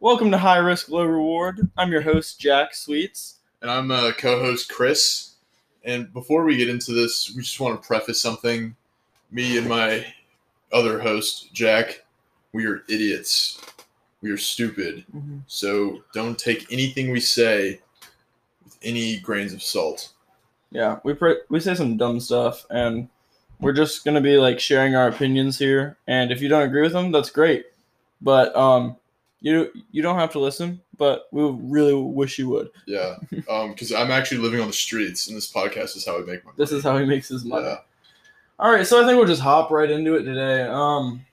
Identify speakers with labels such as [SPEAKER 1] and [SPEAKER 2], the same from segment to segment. [SPEAKER 1] Welcome to High Risk, Low Reward. I'm your host, Jack Sweets.
[SPEAKER 2] and I'm uh, co-host Chris. And before we get into this, we just want to preface something. Me and my other host Jack, we are idiots. We are stupid. So don't take anything we say with any grains of salt.
[SPEAKER 1] Yeah, we pre- we say some dumb stuff, and we're just gonna be like sharing our opinions here. And if you don't agree with them, that's great. But um, you you don't have to listen. But we really wish you would.
[SPEAKER 2] Yeah, because I'm actually living on the streets, and this podcast is how I make my money.
[SPEAKER 1] This is how he makes his money.
[SPEAKER 2] Yeah.
[SPEAKER 1] All right, so I think we'll just hop right into it today. Um,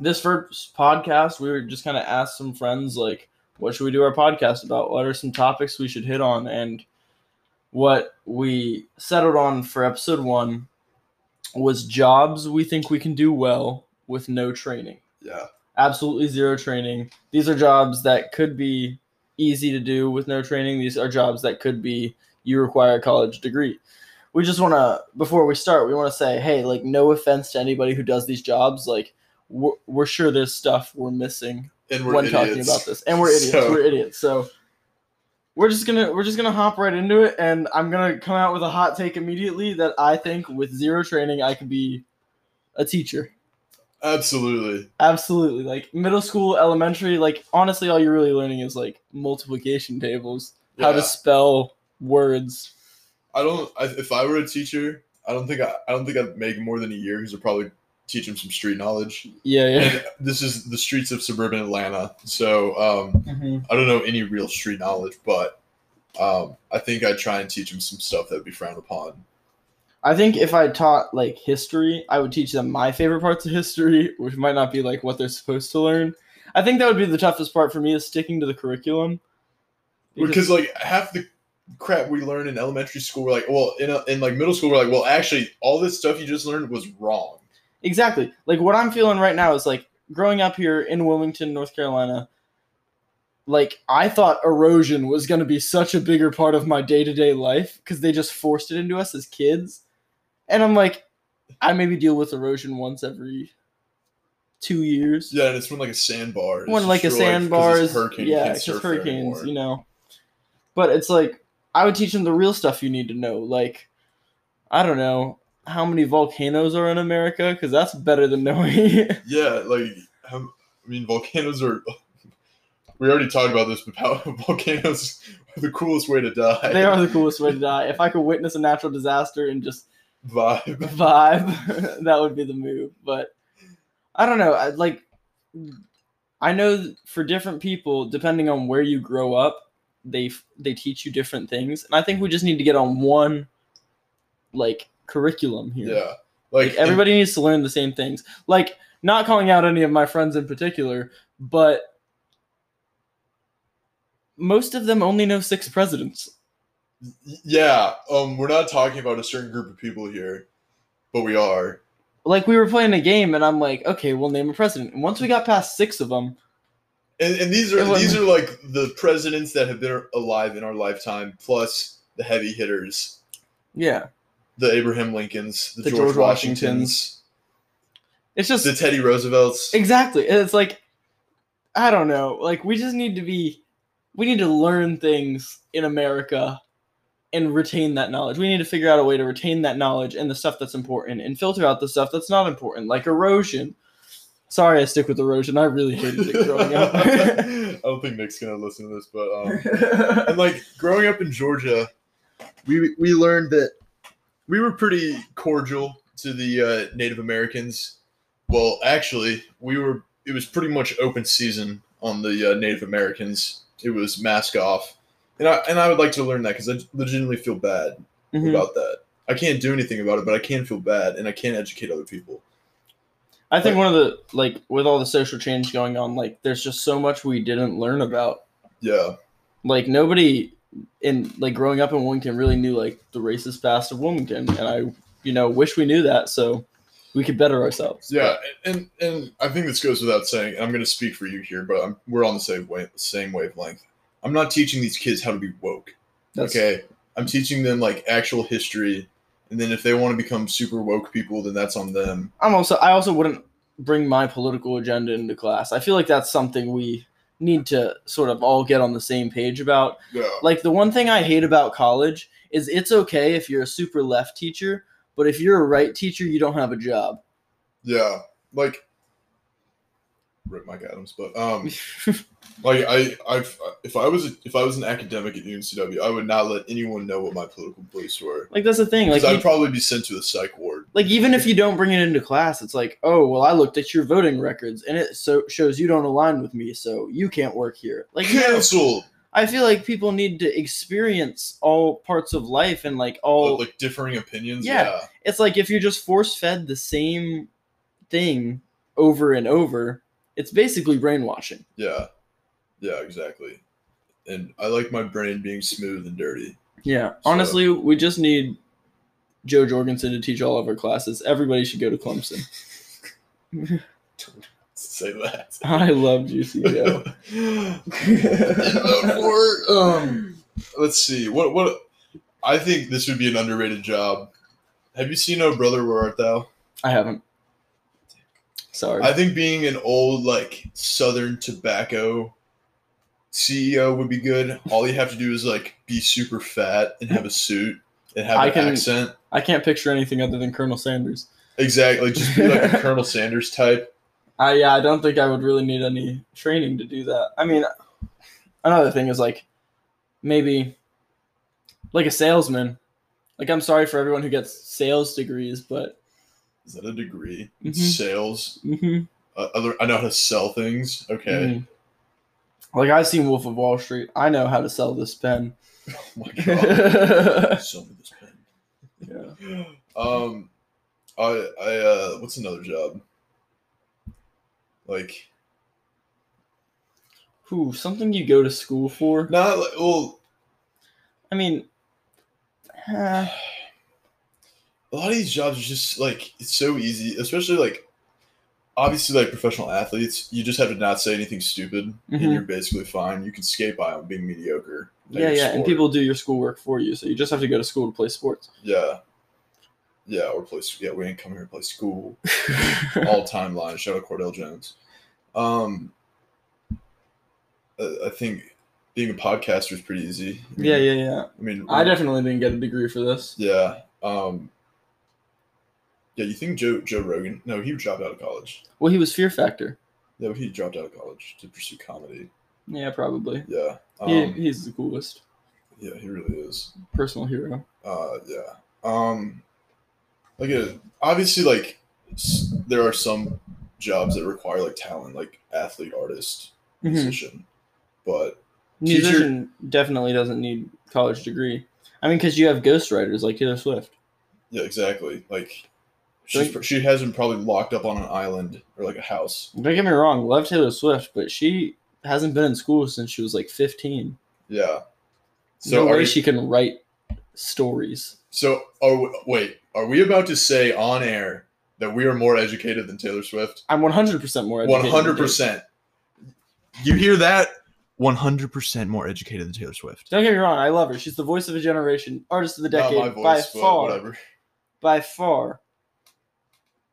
[SPEAKER 1] this first podcast, we were just kind of asked some friends like, what should we do our podcast about? What are some topics we should hit on? And what we settled on for episode one was jobs we think we can do well with no training,
[SPEAKER 2] yeah,
[SPEAKER 1] absolutely zero training. These are jobs that could be easy to do with no training. These are jobs that could be you require a college degree we just want to before we start we want to say hey like no offense to anybody who does these jobs like we're, we're sure there's stuff we're missing
[SPEAKER 2] and we're
[SPEAKER 1] when
[SPEAKER 2] idiots.
[SPEAKER 1] talking about this and we're idiots
[SPEAKER 2] So-
[SPEAKER 1] we're idiots so we're just gonna we're just gonna hop right into it and i'm gonna come out with a hot take immediately that i think with zero training i could be a teacher
[SPEAKER 2] Absolutely.
[SPEAKER 1] absolutely like middle school elementary like honestly all you're really learning is like multiplication tables how
[SPEAKER 2] Yeah.
[SPEAKER 1] to spell words
[SPEAKER 2] I don't. I, if I were a teacher, I don't think I, I don't think I'd make more than a year because I'd probably teach them some street knowledge.
[SPEAKER 1] yeah yeah
[SPEAKER 2] And this is the streets of suburban Atlanta, so um,
[SPEAKER 1] Mhm.
[SPEAKER 2] I don't know any real street knowledge, but um, I think I'd try and teach them some stuff that would be frowned upon.
[SPEAKER 1] I think if I taught like history, I would teach them my favorite parts of history, which might not be like what they're supposed to learn. I think that would be the toughest part for me is sticking to the curriculum.
[SPEAKER 2] Because like half the crap we learn in elementary school, we're like, well, in a, in like middle school, we're like, well, actually, all this stuff you just learned was wrong.
[SPEAKER 1] exactly, like what I'm feeling right now is like growing up here in Wilmington, North Carolina. Like I thought erosion was going to be such a bigger part of my day-to-day life because they just forced it into us as kids. And I'm like I maybe deal with erosion once every 2 years.
[SPEAKER 2] Yeah, and it's when like a sandbar. is
[SPEAKER 1] one like a
[SPEAKER 2] destroyed 'cause it's
[SPEAKER 1] sandbars,
[SPEAKER 2] hurricane, you
[SPEAKER 1] yeah,
[SPEAKER 2] can't
[SPEAKER 1] because
[SPEAKER 2] surf there
[SPEAKER 1] hurricanes,
[SPEAKER 2] anymore.
[SPEAKER 1] you know. But it's like I would teach them the real stuff you need to know, like I don't know how many volcanoes are in America, because that's better than knowing.
[SPEAKER 2] Yeah, like how, I mean, volcanoes are. We already talked about this, but how volcanoes are the coolest way to die.
[SPEAKER 1] they are the coolest way to die. If I could witness a natural disaster and just
[SPEAKER 2] vibe.
[SPEAKER 1] vibe, that would be the move. But I don't know. I, like, I know for different people, depending on where you grow up, they f- they teach you different things, and I think we just need to get on one like curriculum here.
[SPEAKER 2] Yeah,
[SPEAKER 1] Like,
[SPEAKER 2] like
[SPEAKER 1] everybody needs to learn the same things. Like not calling out any of my friends in particular, but most of them only know six presidents.
[SPEAKER 2] and- yeah, um, we're not talking about a certain group of people here, but we are.
[SPEAKER 1] Like we were playing a game, and I'm like, okay, we'll name a president. And once we got past six of them,
[SPEAKER 2] And, and these are
[SPEAKER 1] It was-
[SPEAKER 2] these are like the presidents that have been alive in our lifetime, plus the heavy hitters,
[SPEAKER 1] yeah,
[SPEAKER 2] the Abraham Lincolns, the,
[SPEAKER 1] The
[SPEAKER 2] George,
[SPEAKER 1] George
[SPEAKER 2] Washingtons,
[SPEAKER 1] It's just
[SPEAKER 2] the Teddy Roosevelts.
[SPEAKER 1] exactly. It's like I don't know. Like we just need to be we need to learn things in America and retain that knowledge. We need to figure out a way to retain that knowledge and the stuff that's important and filter out the stuff that's not important, like erosion. Sorry, I stick with erosion. I really hated it growing up.
[SPEAKER 2] I don't think Nick's gonna listen to this, but um, and like growing up in Georgia, we we learned that we were pretty cordial to the uh, Native Americans. Well, actually, we were. It was pretty much open season on the uh, Native Americans. It was mask off, and I and I would like to learn that because I legitimately feel bad
[SPEAKER 1] Mhm.
[SPEAKER 2] about that. I can't do anything about it, but I can feel bad, and I can educate other people.
[SPEAKER 1] I think
[SPEAKER 2] Like-
[SPEAKER 1] one of the like with all the social change going on, like there's just so much we didn't learn about
[SPEAKER 2] Yeah,
[SPEAKER 1] like nobody in like growing up in Wilmington really knew like the racist past of Wilmington, and I you know wish we knew that so we could better ourselves.
[SPEAKER 2] yeah, and and I think this goes without saying. And I'm going to speak for you here, but I'm, we're on the same wave, same wavelength. I'm not teaching these kids how to be woke.
[SPEAKER 1] That's-
[SPEAKER 2] okay i'm teaching them like actual history and then if they want to become super woke people then that's on them
[SPEAKER 1] I'm also I also wouldn't bring my political agenda into class. I feel like that's something we need to sort of all get on the same page about.
[SPEAKER 2] Yeah.
[SPEAKER 1] Like the one thing I hate about college is it's okay if you're a super left teacher, but if you're a right teacher, you don't have a job.
[SPEAKER 2] Yeah. Like rip Mike Adams, but um like I I've if I was if I was an academic at UNCW, I would not let anyone know what my political beliefs were.
[SPEAKER 1] like that's the thing. Like
[SPEAKER 2] Because I'd
[SPEAKER 1] you-
[SPEAKER 2] probably be sent to the psych ward.
[SPEAKER 1] like even if you don't bring it into class, it's like, oh well, I looked at your voting records and it so shows you don't align with me, so you can't work here. Like no,
[SPEAKER 2] Cancel
[SPEAKER 1] I feel like people need to experience all parts of life and like all.
[SPEAKER 2] But, like differing opinions.
[SPEAKER 1] Yeah.
[SPEAKER 2] Yeah.
[SPEAKER 1] it's like if you're just force fed the same thing over and over, it's basically brainwashing.
[SPEAKER 2] Yeah. Yeah, exactly. And I like my brain being smooth and dirty.
[SPEAKER 1] Yeah. Honestly, we just need Joe Jorgensen to teach all of our classes. Everybody should go to Clemson.
[SPEAKER 2] Say that.
[SPEAKER 1] I love Juicy Joe.
[SPEAKER 2] And vote for, um, let's see. What what I think this would be an underrated job. Have you seen Oh Brother Where Art Thou?
[SPEAKER 1] I haven't. Sorry.
[SPEAKER 2] I think being an old like Southern tobacco CEO would be good. All you have to do is like be super fat and have a suit and have
[SPEAKER 1] I
[SPEAKER 2] an
[SPEAKER 1] can-
[SPEAKER 2] accent.
[SPEAKER 1] I can't picture anything other than Colonel Sanders.
[SPEAKER 2] Exactly, just be like a Colonel Sanders type.
[SPEAKER 1] I yeah, I don't think I would really need any training to do that. I mean, another thing is like maybe like a salesman. Like I'm sorry for everyone who gets sales degrees, but
[SPEAKER 2] Is that a degree?
[SPEAKER 1] Mhm.
[SPEAKER 2] Sales.
[SPEAKER 1] mhm,
[SPEAKER 2] Uh, other, I know how to sell things. Okay.
[SPEAKER 1] mhm. like I've seen Wolf of Wall Street. I know how to sell this pen.
[SPEAKER 2] Oh my god.
[SPEAKER 1] yeah.
[SPEAKER 2] sell me this pen. Um, I I uh, what's another job? Like
[SPEAKER 1] Ooh, something you go to school for.
[SPEAKER 2] not like well,
[SPEAKER 1] I mean, uh,
[SPEAKER 2] a lot of these jobs are just like it's so easy, especially like obviously like professional athletes. You just have to not say anything stupid, and
[SPEAKER 1] Mhm.
[SPEAKER 2] you're basically fine. You can skate by on being mediocre. at
[SPEAKER 1] yeah,
[SPEAKER 2] your
[SPEAKER 1] yeah, and
[SPEAKER 2] sport.
[SPEAKER 1] people do your schoolwork for you, so you just have to go to school to play sports.
[SPEAKER 2] Yeah, yeah, or play. Yeah, we ain't come here to play school. all time line. Shout out Cordell Jones. Um, I, I think being a podcaster is pretty easy. I mean-
[SPEAKER 1] yeah, yeah, yeah.
[SPEAKER 2] I mean,
[SPEAKER 1] I definitely didn't get a degree for this.
[SPEAKER 2] yeah. Um, yeah, you think Joe Joe Rogan? No, he dropped out of college.
[SPEAKER 1] Well, he was Fear Factor.
[SPEAKER 2] Yeah, but he dropped out of college to pursue comedy.
[SPEAKER 1] Yeah, probably.
[SPEAKER 2] Yeah. Um,
[SPEAKER 1] he, he's the coolest
[SPEAKER 2] yeah, he really is.
[SPEAKER 1] personal hero.
[SPEAKER 2] Uh, yeah. Um, like uh, obviously, like s- there are some jobs that require like talent, like athlete, artist,
[SPEAKER 1] Mm-hmm.
[SPEAKER 2] musician, but Teacher-
[SPEAKER 1] Musician definitely doesn't need college degree. I mean, because you have ghostwriters like Taylor Swift.
[SPEAKER 2] Yeah, exactly. Like
[SPEAKER 1] Don't
[SPEAKER 2] she's, pr- she has been probably locked up on an island or like a house.
[SPEAKER 1] Don't get me wrong, love Taylor Swift, but she hasn't been in school since she was like 15.
[SPEAKER 2] Yeah.
[SPEAKER 1] So
[SPEAKER 2] So
[SPEAKER 1] no
[SPEAKER 2] are
[SPEAKER 1] way
[SPEAKER 2] we-
[SPEAKER 1] she can write stories.
[SPEAKER 2] so are we, wait, are we about to say on air that we are more educated than Taylor Swift?
[SPEAKER 1] I'm 100% more educated.
[SPEAKER 2] One
[SPEAKER 1] than
[SPEAKER 2] hundred
[SPEAKER 1] Taylor.
[SPEAKER 2] percent. You hear that? One hundred percent more educated than Taylor Swift.
[SPEAKER 1] Don't get me wrong, I love her. She's the voice of a generation, artist of the
[SPEAKER 2] Not
[SPEAKER 1] decade,
[SPEAKER 2] my voice,
[SPEAKER 1] by
[SPEAKER 2] but
[SPEAKER 1] far.
[SPEAKER 2] whatever.
[SPEAKER 1] by far.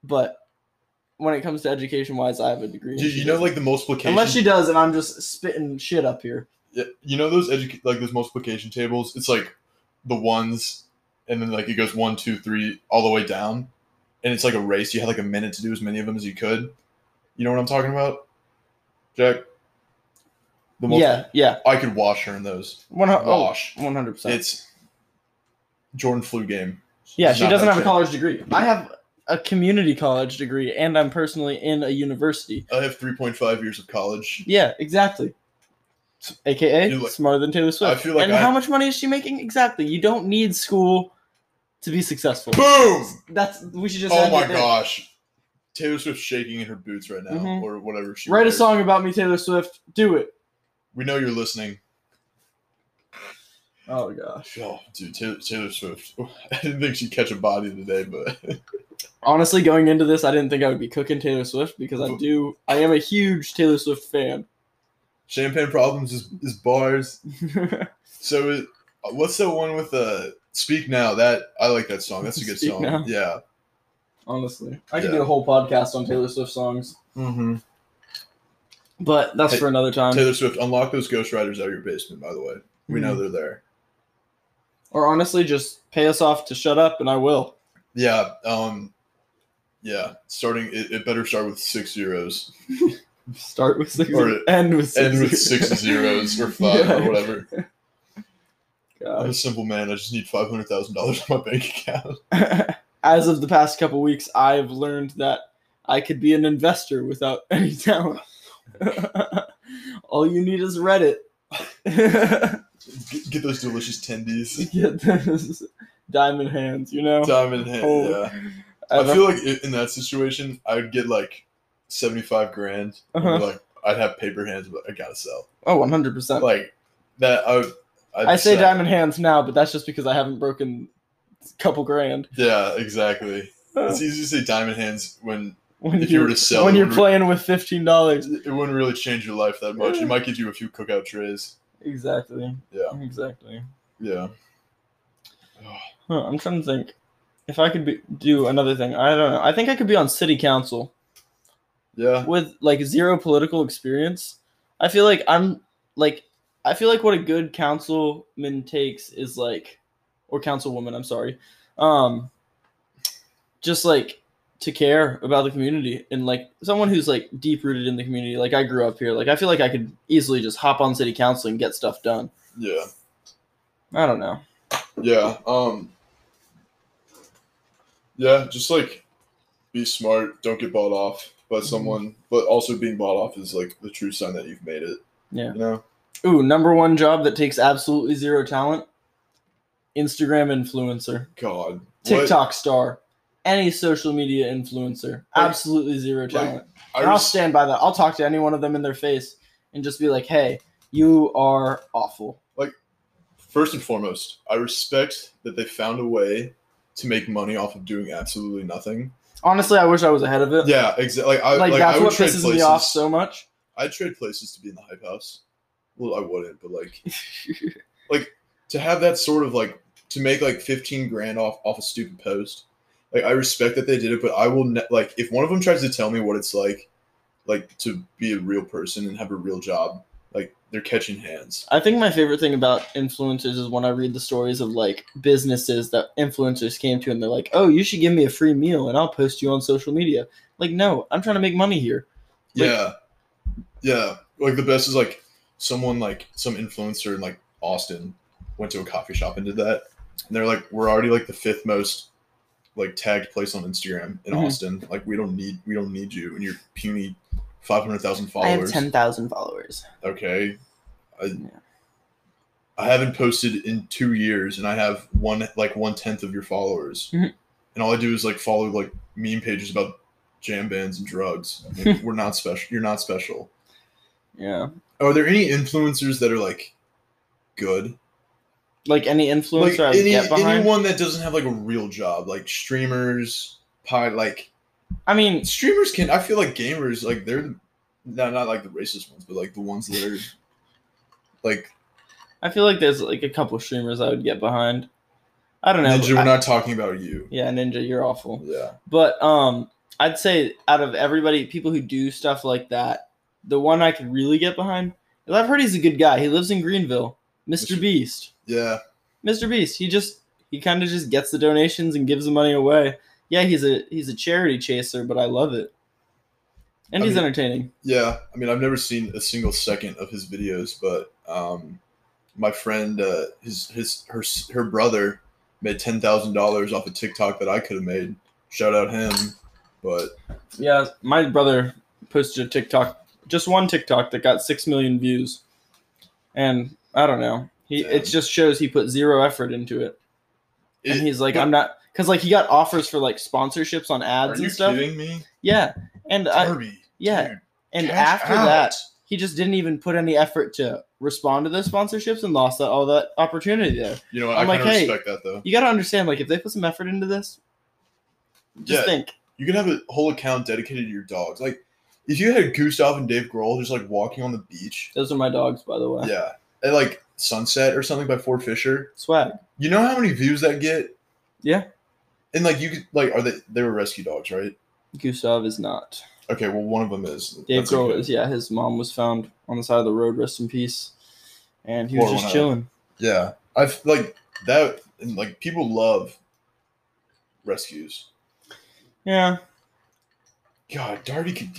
[SPEAKER 1] But when it comes to education wise, I have a degree. and
[SPEAKER 2] You,
[SPEAKER 1] she
[SPEAKER 2] you know,
[SPEAKER 1] doesn't.
[SPEAKER 2] like the multiplication.
[SPEAKER 1] unless she does, and I'm just spitting shit up here.
[SPEAKER 2] Yeah, you know those educa- like those multiplication tables. It's like the ones, and then like it goes one, two, three, all the way down, and it's like a race. You had like a minute to do as many of them as you could. You know what I'm talking about, Jack? The multi-
[SPEAKER 1] yeah, yeah.
[SPEAKER 2] I could wash her in those.
[SPEAKER 1] One hundred
[SPEAKER 2] Wash.
[SPEAKER 1] percent.
[SPEAKER 2] It's Jordan flu game.
[SPEAKER 1] Yeah,
[SPEAKER 2] She's
[SPEAKER 1] she
[SPEAKER 2] not
[SPEAKER 1] doesn't
[SPEAKER 2] that
[SPEAKER 1] have a
[SPEAKER 2] chick.
[SPEAKER 1] college degree. I have a community college degree, and I'm personally in a university.
[SPEAKER 2] I have 3.5 years of college.
[SPEAKER 1] Yeah, exactly. AKA
[SPEAKER 2] Dude, like-
[SPEAKER 1] smarter than Taylor Swift.
[SPEAKER 2] I feel like
[SPEAKER 1] and
[SPEAKER 2] I-
[SPEAKER 1] how much money is she making? Exactly. You don't need school to be successful.
[SPEAKER 2] Boom!
[SPEAKER 1] That's we should just.
[SPEAKER 2] Oh
[SPEAKER 1] end
[SPEAKER 2] my
[SPEAKER 1] it there.
[SPEAKER 2] gosh. Taylor Swift's shaking in her boots right now,
[SPEAKER 1] Mhm.
[SPEAKER 2] or whatever she
[SPEAKER 1] Write a
[SPEAKER 2] wears.
[SPEAKER 1] song about me, Taylor Swift. Do it.
[SPEAKER 2] We know you're listening.
[SPEAKER 1] Oh gosh.
[SPEAKER 2] Oh, dude, Taylor, Taylor Swift. I didn't think she'd catch a body today, but
[SPEAKER 1] honestly going into this i didn't think i would be cooking taylor swift because i do i am a huge taylor swift fan
[SPEAKER 2] champagne problems is, is bars. So, it, what's that one with uh, "Speak Now"? That I like that song. That's a good
[SPEAKER 1] Speak
[SPEAKER 2] song.
[SPEAKER 1] Now.
[SPEAKER 2] Yeah.
[SPEAKER 1] honestly i could
[SPEAKER 2] Yeah.
[SPEAKER 1] do a whole podcast on taylor swift songs
[SPEAKER 2] Mm-hmm.
[SPEAKER 1] But that's
[SPEAKER 2] Hey,
[SPEAKER 1] for another time.
[SPEAKER 2] Taylor Swift, unlock those Ghost Riders out of your basement. By the way, we
[SPEAKER 1] Mm-hmm.
[SPEAKER 2] know they're there.
[SPEAKER 1] Or honestly, just pay us off to shut up, and I will.
[SPEAKER 2] Yeah. Um. Yeah. Starting. It, it better start with six zeros
[SPEAKER 1] Start with six,
[SPEAKER 2] Or
[SPEAKER 1] end with six,
[SPEAKER 2] and with six zeros or five
[SPEAKER 1] Yeah.
[SPEAKER 2] or whatever. I'm
[SPEAKER 1] God.
[SPEAKER 2] a simple man. I just need five hundred thousand dollars in my bank account.
[SPEAKER 1] As of the past couple weeks, I've learned that I could be an investor without any talent. All you need is Reddit.
[SPEAKER 2] Get, get those delicious tendies.
[SPEAKER 1] Get those diamond hands, you know.
[SPEAKER 2] Diamond hand.
[SPEAKER 1] Oh.
[SPEAKER 2] Yeah.
[SPEAKER 1] I
[SPEAKER 2] I
[SPEAKER 1] don't-
[SPEAKER 2] feel like i- in that situation, I would get like seventy-five grand. and be
[SPEAKER 1] Uh-huh.
[SPEAKER 2] Like I'd have paper hands, but I gotta sell.
[SPEAKER 1] oh, one hundred percent.
[SPEAKER 2] Like that. I would. I'd
[SPEAKER 1] I say
[SPEAKER 2] sell.
[SPEAKER 1] diamond hands now, but that's just because I haven't broken a couple grand.
[SPEAKER 2] Yeah, exactly. It's easy to say diamond hands when
[SPEAKER 1] when
[SPEAKER 2] if you were to sell
[SPEAKER 1] when
[SPEAKER 2] it
[SPEAKER 1] you're
[SPEAKER 2] would-
[SPEAKER 1] playing with fifteen dollars.
[SPEAKER 2] it wouldn't really change your life that much. It might get you a few cookout trays.
[SPEAKER 1] Exactly.
[SPEAKER 2] Yeah.
[SPEAKER 1] Exactly.
[SPEAKER 2] Yeah.
[SPEAKER 1] Huh, I'm trying to think. If I could be, do another thing, I don't know. I think I could be on city council
[SPEAKER 2] Yeah.
[SPEAKER 1] with like zero political experience. I feel like I'm like I feel like what a good councilman takes is like or councilwoman, I'm sorry. Um just like to care about the community and like someone who's like deep rooted in the community. Like I grew up here. Like I feel like I could easily just hop on city council and get stuff done.
[SPEAKER 2] Yeah.
[SPEAKER 1] I don't know.
[SPEAKER 2] Yeah. Um Yeah, just like be smart, don't get bought off
[SPEAKER 1] Mm-hmm.
[SPEAKER 2] by someone, but also being bought off is like the true sign that you've made it.
[SPEAKER 1] Yeah.
[SPEAKER 2] You know?
[SPEAKER 1] Ooh, number one job that takes absolutely zero talent. Instagram influencer.
[SPEAKER 2] God.
[SPEAKER 1] TikTok star, any social media influencer,
[SPEAKER 2] Like-
[SPEAKER 1] absolutely zero
[SPEAKER 2] like,
[SPEAKER 1] talent.
[SPEAKER 2] What?
[SPEAKER 1] and
[SPEAKER 2] I
[SPEAKER 1] I'll
[SPEAKER 2] res-
[SPEAKER 1] stand by that. I'll talk to any one of them in their face and just be like, "Hey, you are awful."
[SPEAKER 2] first and foremost, I respect that they found a way to make money off of doing absolutely nothing.
[SPEAKER 1] Honestly, I wish I was ahead of it.
[SPEAKER 2] Yeah, exactly. Like I
[SPEAKER 1] like,
[SPEAKER 2] like, I
[SPEAKER 1] that's
[SPEAKER 2] would
[SPEAKER 1] what
[SPEAKER 2] trade
[SPEAKER 1] pisses
[SPEAKER 2] places.
[SPEAKER 1] me off so much.
[SPEAKER 2] I'd trade places to be in the hype house. Well, I wouldn't, but like to have that sort of like to make like 15 grand off off a stupid post like i respect that they did it but i will ne- like if one of them tries to tell me what it's like like to be a real person and have a real job like they're catching hands
[SPEAKER 1] I think my favorite thing about influencers is when I read the stories of like businesses that influencers came to and they're like, "Oh, you should give me a free meal and I'll post you on social media." Like, no, I'm trying to make money here. Like-
[SPEAKER 2] yeah yeah like the best is like someone like some influencer in like austin went to a coffee shop and did that and they're like we're already like the fifth most like tagged place on instagram in
[SPEAKER 1] Mhm.
[SPEAKER 2] austin like we don't need we don't need you and your puny 500000
[SPEAKER 1] I have
[SPEAKER 2] followers
[SPEAKER 1] ten thousand followers.
[SPEAKER 2] okay i
[SPEAKER 1] Yeah.
[SPEAKER 2] i haven't posted in two years and i have one like one tenth of your followers
[SPEAKER 1] Mhm.
[SPEAKER 2] and all i do is like follow like meme pages about jam bands and drugs Like, we're not special you're not special
[SPEAKER 1] Yeah.
[SPEAKER 2] are there any influencers that are like good
[SPEAKER 1] Like any influencer
[SPEAKER 2] like
[SPEAKER 1] I would
[SPEAKER 2] any,
[SPEAKER 1] get behind.
[SPEAKER 2] anyone that doesn't have like a real job like streamers pod like
[SPEAKER 1] I mean,
[SPEAKER 2] streamers can i feel like gamers like they're not, not like the racist ones but like the ones that are like
[SPEAKER 1] I feel like there's like a couple streamers I would get behind. I don't know.
[SPEAKER 2] Ninja, we're
[SPEAKER 1] I-
[SPEAKER 2] not talking about you.
[SPEAKER 1] yeah, Ninja, you're awful.
[SPEAKER 2] Yeah.
[SPEAKER 1] But um, I'd say out of everybody, people who do stuff like that, the one I could really get behind. Is I've heard he's a good guy. He lives in Greenville. Mr.
[SPEAKER 2] Mr.
[SPEAKER 1] Beast.
[SPEAKER 2] Yeah.
[SPEAKER 1] Mr. Beast. He just he kind of just gets the donations and gives the money away. Yeah, he's a he's a charity chaser, but I love it. And
[SPEAKER 2] I
[SPEAKER 1] he's
[SPEAKER 2] mean-
[SPEAKER 1] entertaining.
[SPEAKER 2] Yeah. I mean, I've never seen a single second of his videos, but um, my friend, uh, his his her her brother made ten thousand dollars off a TikTok that I could have made. Shout out him. But
[SPEAKER 1] Yeah, my brother posted a TikTok, just one TikTok that got six million views, and I don't know. He it
[SPEAKER 2] Damn.
[SPEAKER 1] just shows he put zero effort into it, and
[SPEAKER 2] it-
[SPEAKER 1] he's like,
[SPEAKER 2] but-
[SPEAKER 1] I'm not because like he got offers for like sponsorships on
[SPEAKER 2] Are
[SPEAKER 1] ads
[SPEAKER 2] you
[SPEAKER 1] and stuff.
[SPEAKER 2] kidding me?
[SPEAKER 1] Yeah, and I,
[SPEAKER 2] Darby,
[SPEAKER 1] yeah,
[SPEAKER 2] dude,
[SPEAKER 1] and
[SPEAKER 2] cash
[SPEAKER 1] after
[SPEAKER 2] out.
[SPEAKER 1] that, he just didn't even put any effort to respond to those sponsorships and lost that, all that opportunity there.
[SPEAKER 2] you know, what,
[SPEAKER 1] I'm
[SPEAKER 2] I
[SPEAKER 1] like,
[SPEAKER 2] kind of
[SPEAKER 1] hey,
[SPEAKER 2] respect that though.
[SPEAKER 1] You got to understand, like if they put some effort into this, just
[SPEAKER 2] Yeah.
[SPEAKER 1] think.
[SPEAKER 2] You can have a whole account dedicated to your dogs. Like, if you had Gustav and Dave Grohl just like walking on the beach,
[SPEAKER 1] Those are my dogs, by the way.
[SPEAKER 2] yeah, at like sunset or something by Fort Fisher,
[SPEAKER 1] Swag.
[SPEAKER 2] You know how many views that get?
[SPEAKER 1] Yeah.
[SPEAKER 2] And like you could like are they they were rescue dogs, right?
[SPEAKER 1] Gustav is not.
[SPEAKER 2] Okay, well, one of them is.
[SPEAKER 1] Dave
[SPEAKER 2] That's
[SPEAKER 1] Grohl
[SPEAKER 2] okay.
[SPEAKER 1] is yeah. His mom was found on the side of the road. Rest in peace. And he was
[SPEAKER 2] Poor
[SPEAKER 1] just
[SPEAKER 2] one, uh,
[SPEAKER 1] chilling.
[SPEAKER 2] Yeah, I've like that. And, like people love rescues.
[SPEAKER 1] Yeah.
[SPEAKER 2] God, Darby could.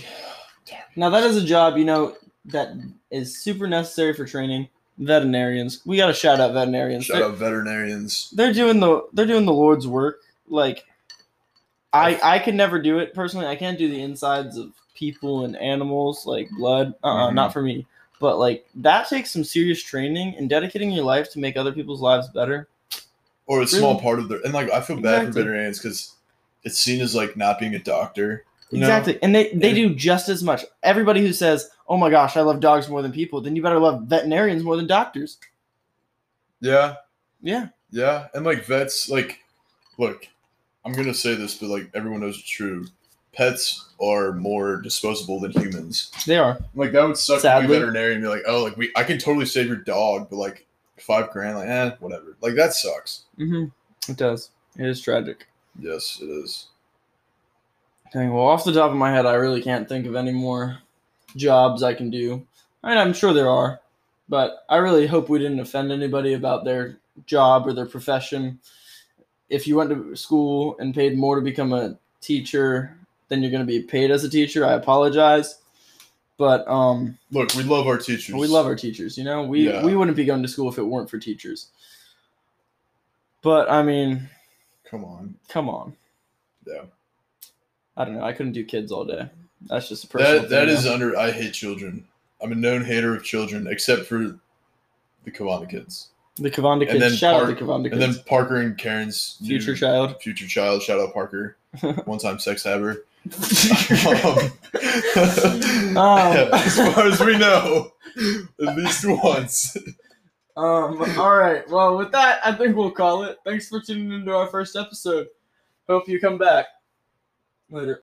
[SPEAKER 2] Darby.
[SPEAKER 1] Now that is a job you know that is super necessary for training. Veterinarians. We got to shout out veterinarians.
[SPEAKER 2] Shout
[SPEAKER 1] they're,
[SPEAKER 2] out veterinarians.
[SPEAKER 1] they're doing the they're doing the Lord's work. Like, I I could never do it personally. I can't do the insides of people and animals like blood. Uh, uh
[SPEAKER 2] Mhm.
[SPEAKER 1] not for me. But like that takes some serious training and dedicating your life to make other people's lives better.
[SPEAKER 2] Or a small
[SPEAKER 1] Really?
[SPEAKER 2] part of their. And like, I feel bad for
[SPEAKER 1] Exactly.
[SPEAKER 2] veterinarians because it's seen as like not being a doctor. you know?
[SPEAKER 1] Exactly. And they, they do just as much. Everybody who says, oh my gosh, I love dogs more than people, then you better love veterinarians more than doctors.
[SPEAKER 2] Yeah,
[SPEAKER 1] Yeah.
[SPEAKER 2] yeah, and like vets, like, look, I'm gonna say this, but like everyone knows it's true. Pets are more disposable than humans.
[SPEAKER 1] They are.
[SPEAKER 2] Like that would suck to be
[SPEAKER 1] Sadly.
[SPEAKER 2] a veterinarian and be like, oh, like we, I can totally save your dog, but like five grand, like eh, whatever. Like that sucks.
[SPEAKER 1] hmm It does. It is tragic.
[SPEAKER 2] Yes, it is.
[SPEAKER 1] Dang, well, off the top of my head, I really can't think of any more jobs I can do. I mean, I'm sure there are, but I really hope we didn't offend anybody about their job or their profession. If you went to school and paid more to become a teacher than you're going to be paid as a teacher, I apologize. But, um,
[SPEAKER 2] Look, we love our teachers.
[SPEAKER 1] We love our teachers, you know. We
[SPEAKER 2] Yeah.
[SPEAKER 1] we wouldn't be going to school if it weren't for teachers. But I mean,
[SPEAKER 2] Come on,
[SPEAKER 1] come on.
[SPEAKER 2] Yeah.
[SPEAKER 1] I don't know. I couldn't do kids all day. That's just a personal.
[SPEAKER 2] that that
[SPEAKER 1] thing,
[SPEAKER 2] is
[SPEAKER 1] though.
[SPEAKER 2] under. I hate children. I'm a known hater of children, except for the Kavana kids,
[SPEAKER 1] the Kavanda
[SPEAKER 2] and then
[SPEAKER 1] kids. Shout out
[SPEAKER 2] Park-
[SPEAKER 1] to Kavanda
[SPEAKER 2] and
[SPEAKER 1] kids.
[SPEAKER 2] then Parker and Karen's new
[SPEAKER 1] Future child.
[SPEAKER 2] future child. Shout out Parker, one time sex haver. Um,
[SPEAKER 1] Um.
[SPEAKER 2] as far as we know, at least once.
[SPEAKER 1] Um, all right. Well, with that, I think we'll call it. Thanks for tuning into our first episode. Hope you come back later.